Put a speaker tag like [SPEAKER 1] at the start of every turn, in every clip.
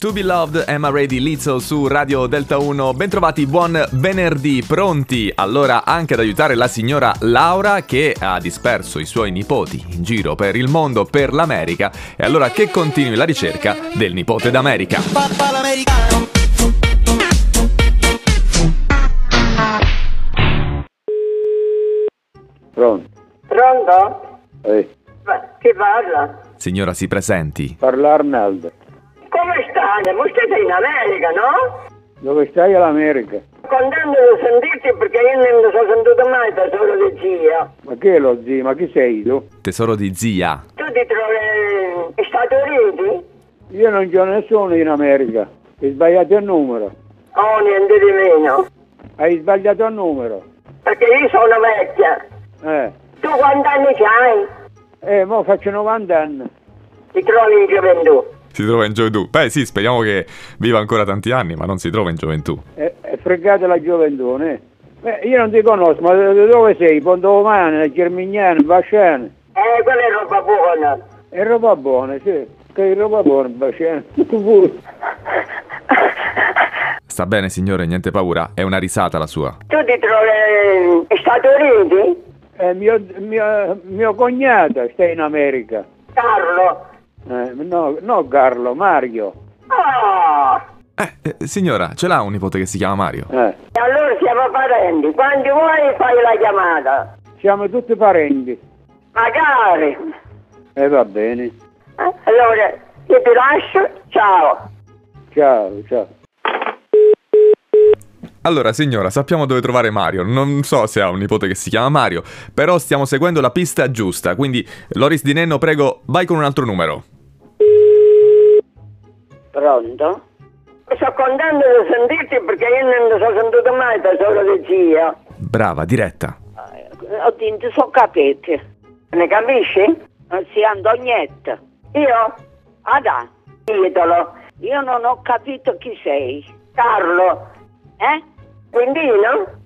[SPEAKER 1] To be loved, Emma Ready, Lizzo su Radio Delta 1. Bentrovati, buon venerdì, pronti allora anche ad aiutare la signora Laura che ha disperso i suoi nipoti in giro per il mondo, per l'America. E allora che continui la ricerca del nipote d'America.
[SPEAKER 2] Papà l'americano.
[SPEAKER 3] Pronto?
[SPEAKER 4] Pronto?
[SPEAKER 3] Eh,
[SPEAKER 4] Ma- Chi parla?
[SPEAKER 1] Signora, si presenti.
[SPEAKER 3] parla Arnaldo.
[SPEAKER 4] Come stai? Ma siete in America, no?
[SPEAKER 3] Dove stai all'America?
[SPEAKER 4] Contento di sentirti perché io non mi sono sentito mai da solo di zia.
[SPEAKER 3] Ma che è lo zio? Ma chi sei tu?
[SPEAKER 1] Tesoro di zia.
[SPEAKER 4] Tu ti trovi in Stati Uniti?
[SPEAKER 3] Io non c'ho nessuno in America. Hai sbagliato il numero.
[SPEAKER 4] Oh, niente di meno.
[SPEAKER 3] Hai sbagliato il numero.
[SPEAKER 4] Perché io sono vecchia.
[SPEAKER 3] Eh,
[SPEAKER 4] Tu quanti anni hai?
[SPEAKER 3] eh mo faccio 90 anni.
[SPEAKER 4] Ti trovi in gioventù.
[SPEAKER 1] Si trova in gioventù. Beh sì, speriamo che viva ancora tanti anni, ma non si trova in gioventù.
[SPEAKER 3] È, Eh, è fregata la gioventù, eh? Beh, io non ti conosco, ma da dove sei? Pontovomane, Germignano, Basciano?
[SPEAKER 4] Eh, quella è roba buona.
[SPEAKER 3] È roba buona, sì. Che è roba buona, Basciano. Tu pure.
[SPEAKER 1] Sta bene signore, niente paura, è una risata la sua.
[SPEAKER 4] Tu ti trovi in Stati Uniti?
[SPEAKER 3] Eh, mio, mio, mio cognato sta in America.
[SPEAKER 4] Carlo.
[SPEAKER 3] Eh, no, no Carlo, Mario.
[SPEAKER 4] Ah!
[SPEAKER 1] Eh, eh, signora, ce l'ha un nipote che si chiama Mario?
[SPEAKER 3] Eh,
[SPEAKER 4] E allora siamo parenti. Quando vuoi fai la chiamata.
[SPEAKER 3] siamo tutti parenti.
[SPEAKER 4] Magari.
[SPEAKER 3] E va bene.
[SPEAKER 4] Eh, Allora, io ti lascio. Ciao.
[SPEAKER 3] Ciao, ciao.
[SPEAKER 1] Allora, signora, sappiamo dove trovare Mario. Non so se ha un nipote che si chiama Mario, però stiamo seguendo la pista giusta. Quindi, Loris Di Nenno, prego, vai con un altro numero.
[SPEAKER 4] Pronto? Sono contento di sentirti perché io non ti sono sentito mai da solo di zia.
[SPEAKER 1] Brava, diretta.
[SPEAKER 5] Eh, Ho detto, so capite.
[SPEAKER 4] Ne capisci?
[SPEAKER 5] Eh, Si andognetta.
[SPEAKER 4] Io?
[SPEAKER 5] Ada,
[SPEAKER 4] Titolo.
[SPEAKER 5] Ah, io non ho capito chi sei.
[SPEAKER 4] Carlo.
[SPEAKER 5] Eh?
[SPEAKER 4] Quindino?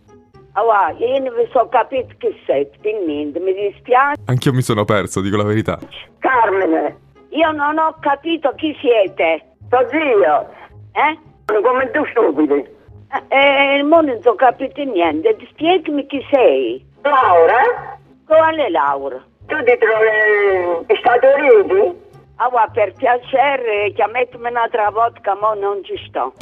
[SPEAKER 5] Allora, io non vi so capito chi sei, per niente, mi dispiace.
[SPEAKER 1] Anch'io mi sono perso, dico la verità.
[SPEAKER 4] Carmine.
[SPEAKER 5] Io non ho capito chi siete.
[SPEAKER 4] Tuo zio.
[SPEAKER 5] Eh?
[SPEAKER 4] Come tu stupidi.
[SPEAKER 5] E il mondo non so capito niente. Spiegami chi sei.
[SPEAKER 4] Laura?
[SPEAKER 5] Quale Laura?
[SPEAKER 4] Tu ti trovi in Stati Uniti?
[SPEAKER 5] Allora, per piacere, chiamatemi un'altra volta, che mo non ci sto.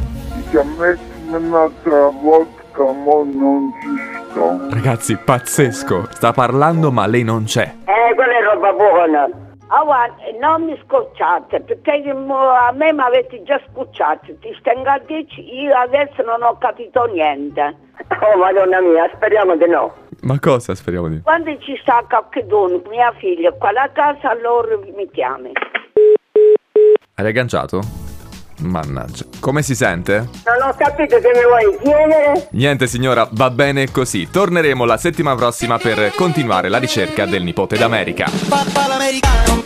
[SPEAKER 6] Chiamatemi un'altra volta, ma non ci sto.
[SPEAKER 1] Ragazzi, pazzesco. Sta parlando, ma lei non c'è.
[SPEAKER 4] Eh, quella è roba buona.
[SPEAKER 5] Allora, Ah, non mi scocciate, perché io mo- a me mi avete già scocciato. Ti stengo a dirci, io adesso non ho capito niente.
[SPEAKER 4] Oh madonna mia, speriamo di no.
[SPEAKER 1] Ma cosa speriamo di?
[SPEAKER 5] Quando ci sta qualcuno, mia figlia, qua alla casa, allora mi chiami.
[SPEAKER 1] Hai agganciato? Mannaggia. Come si sente?
[SPEAKER 4] Non ho capito che mi vuoi chiedere.
[SPEAKER 1] Niente, signora, va bene così. Torneremo la settimana prossima per continuare la ricerca del nipote d'America.
[SPEAKER 2] Papà l'americano.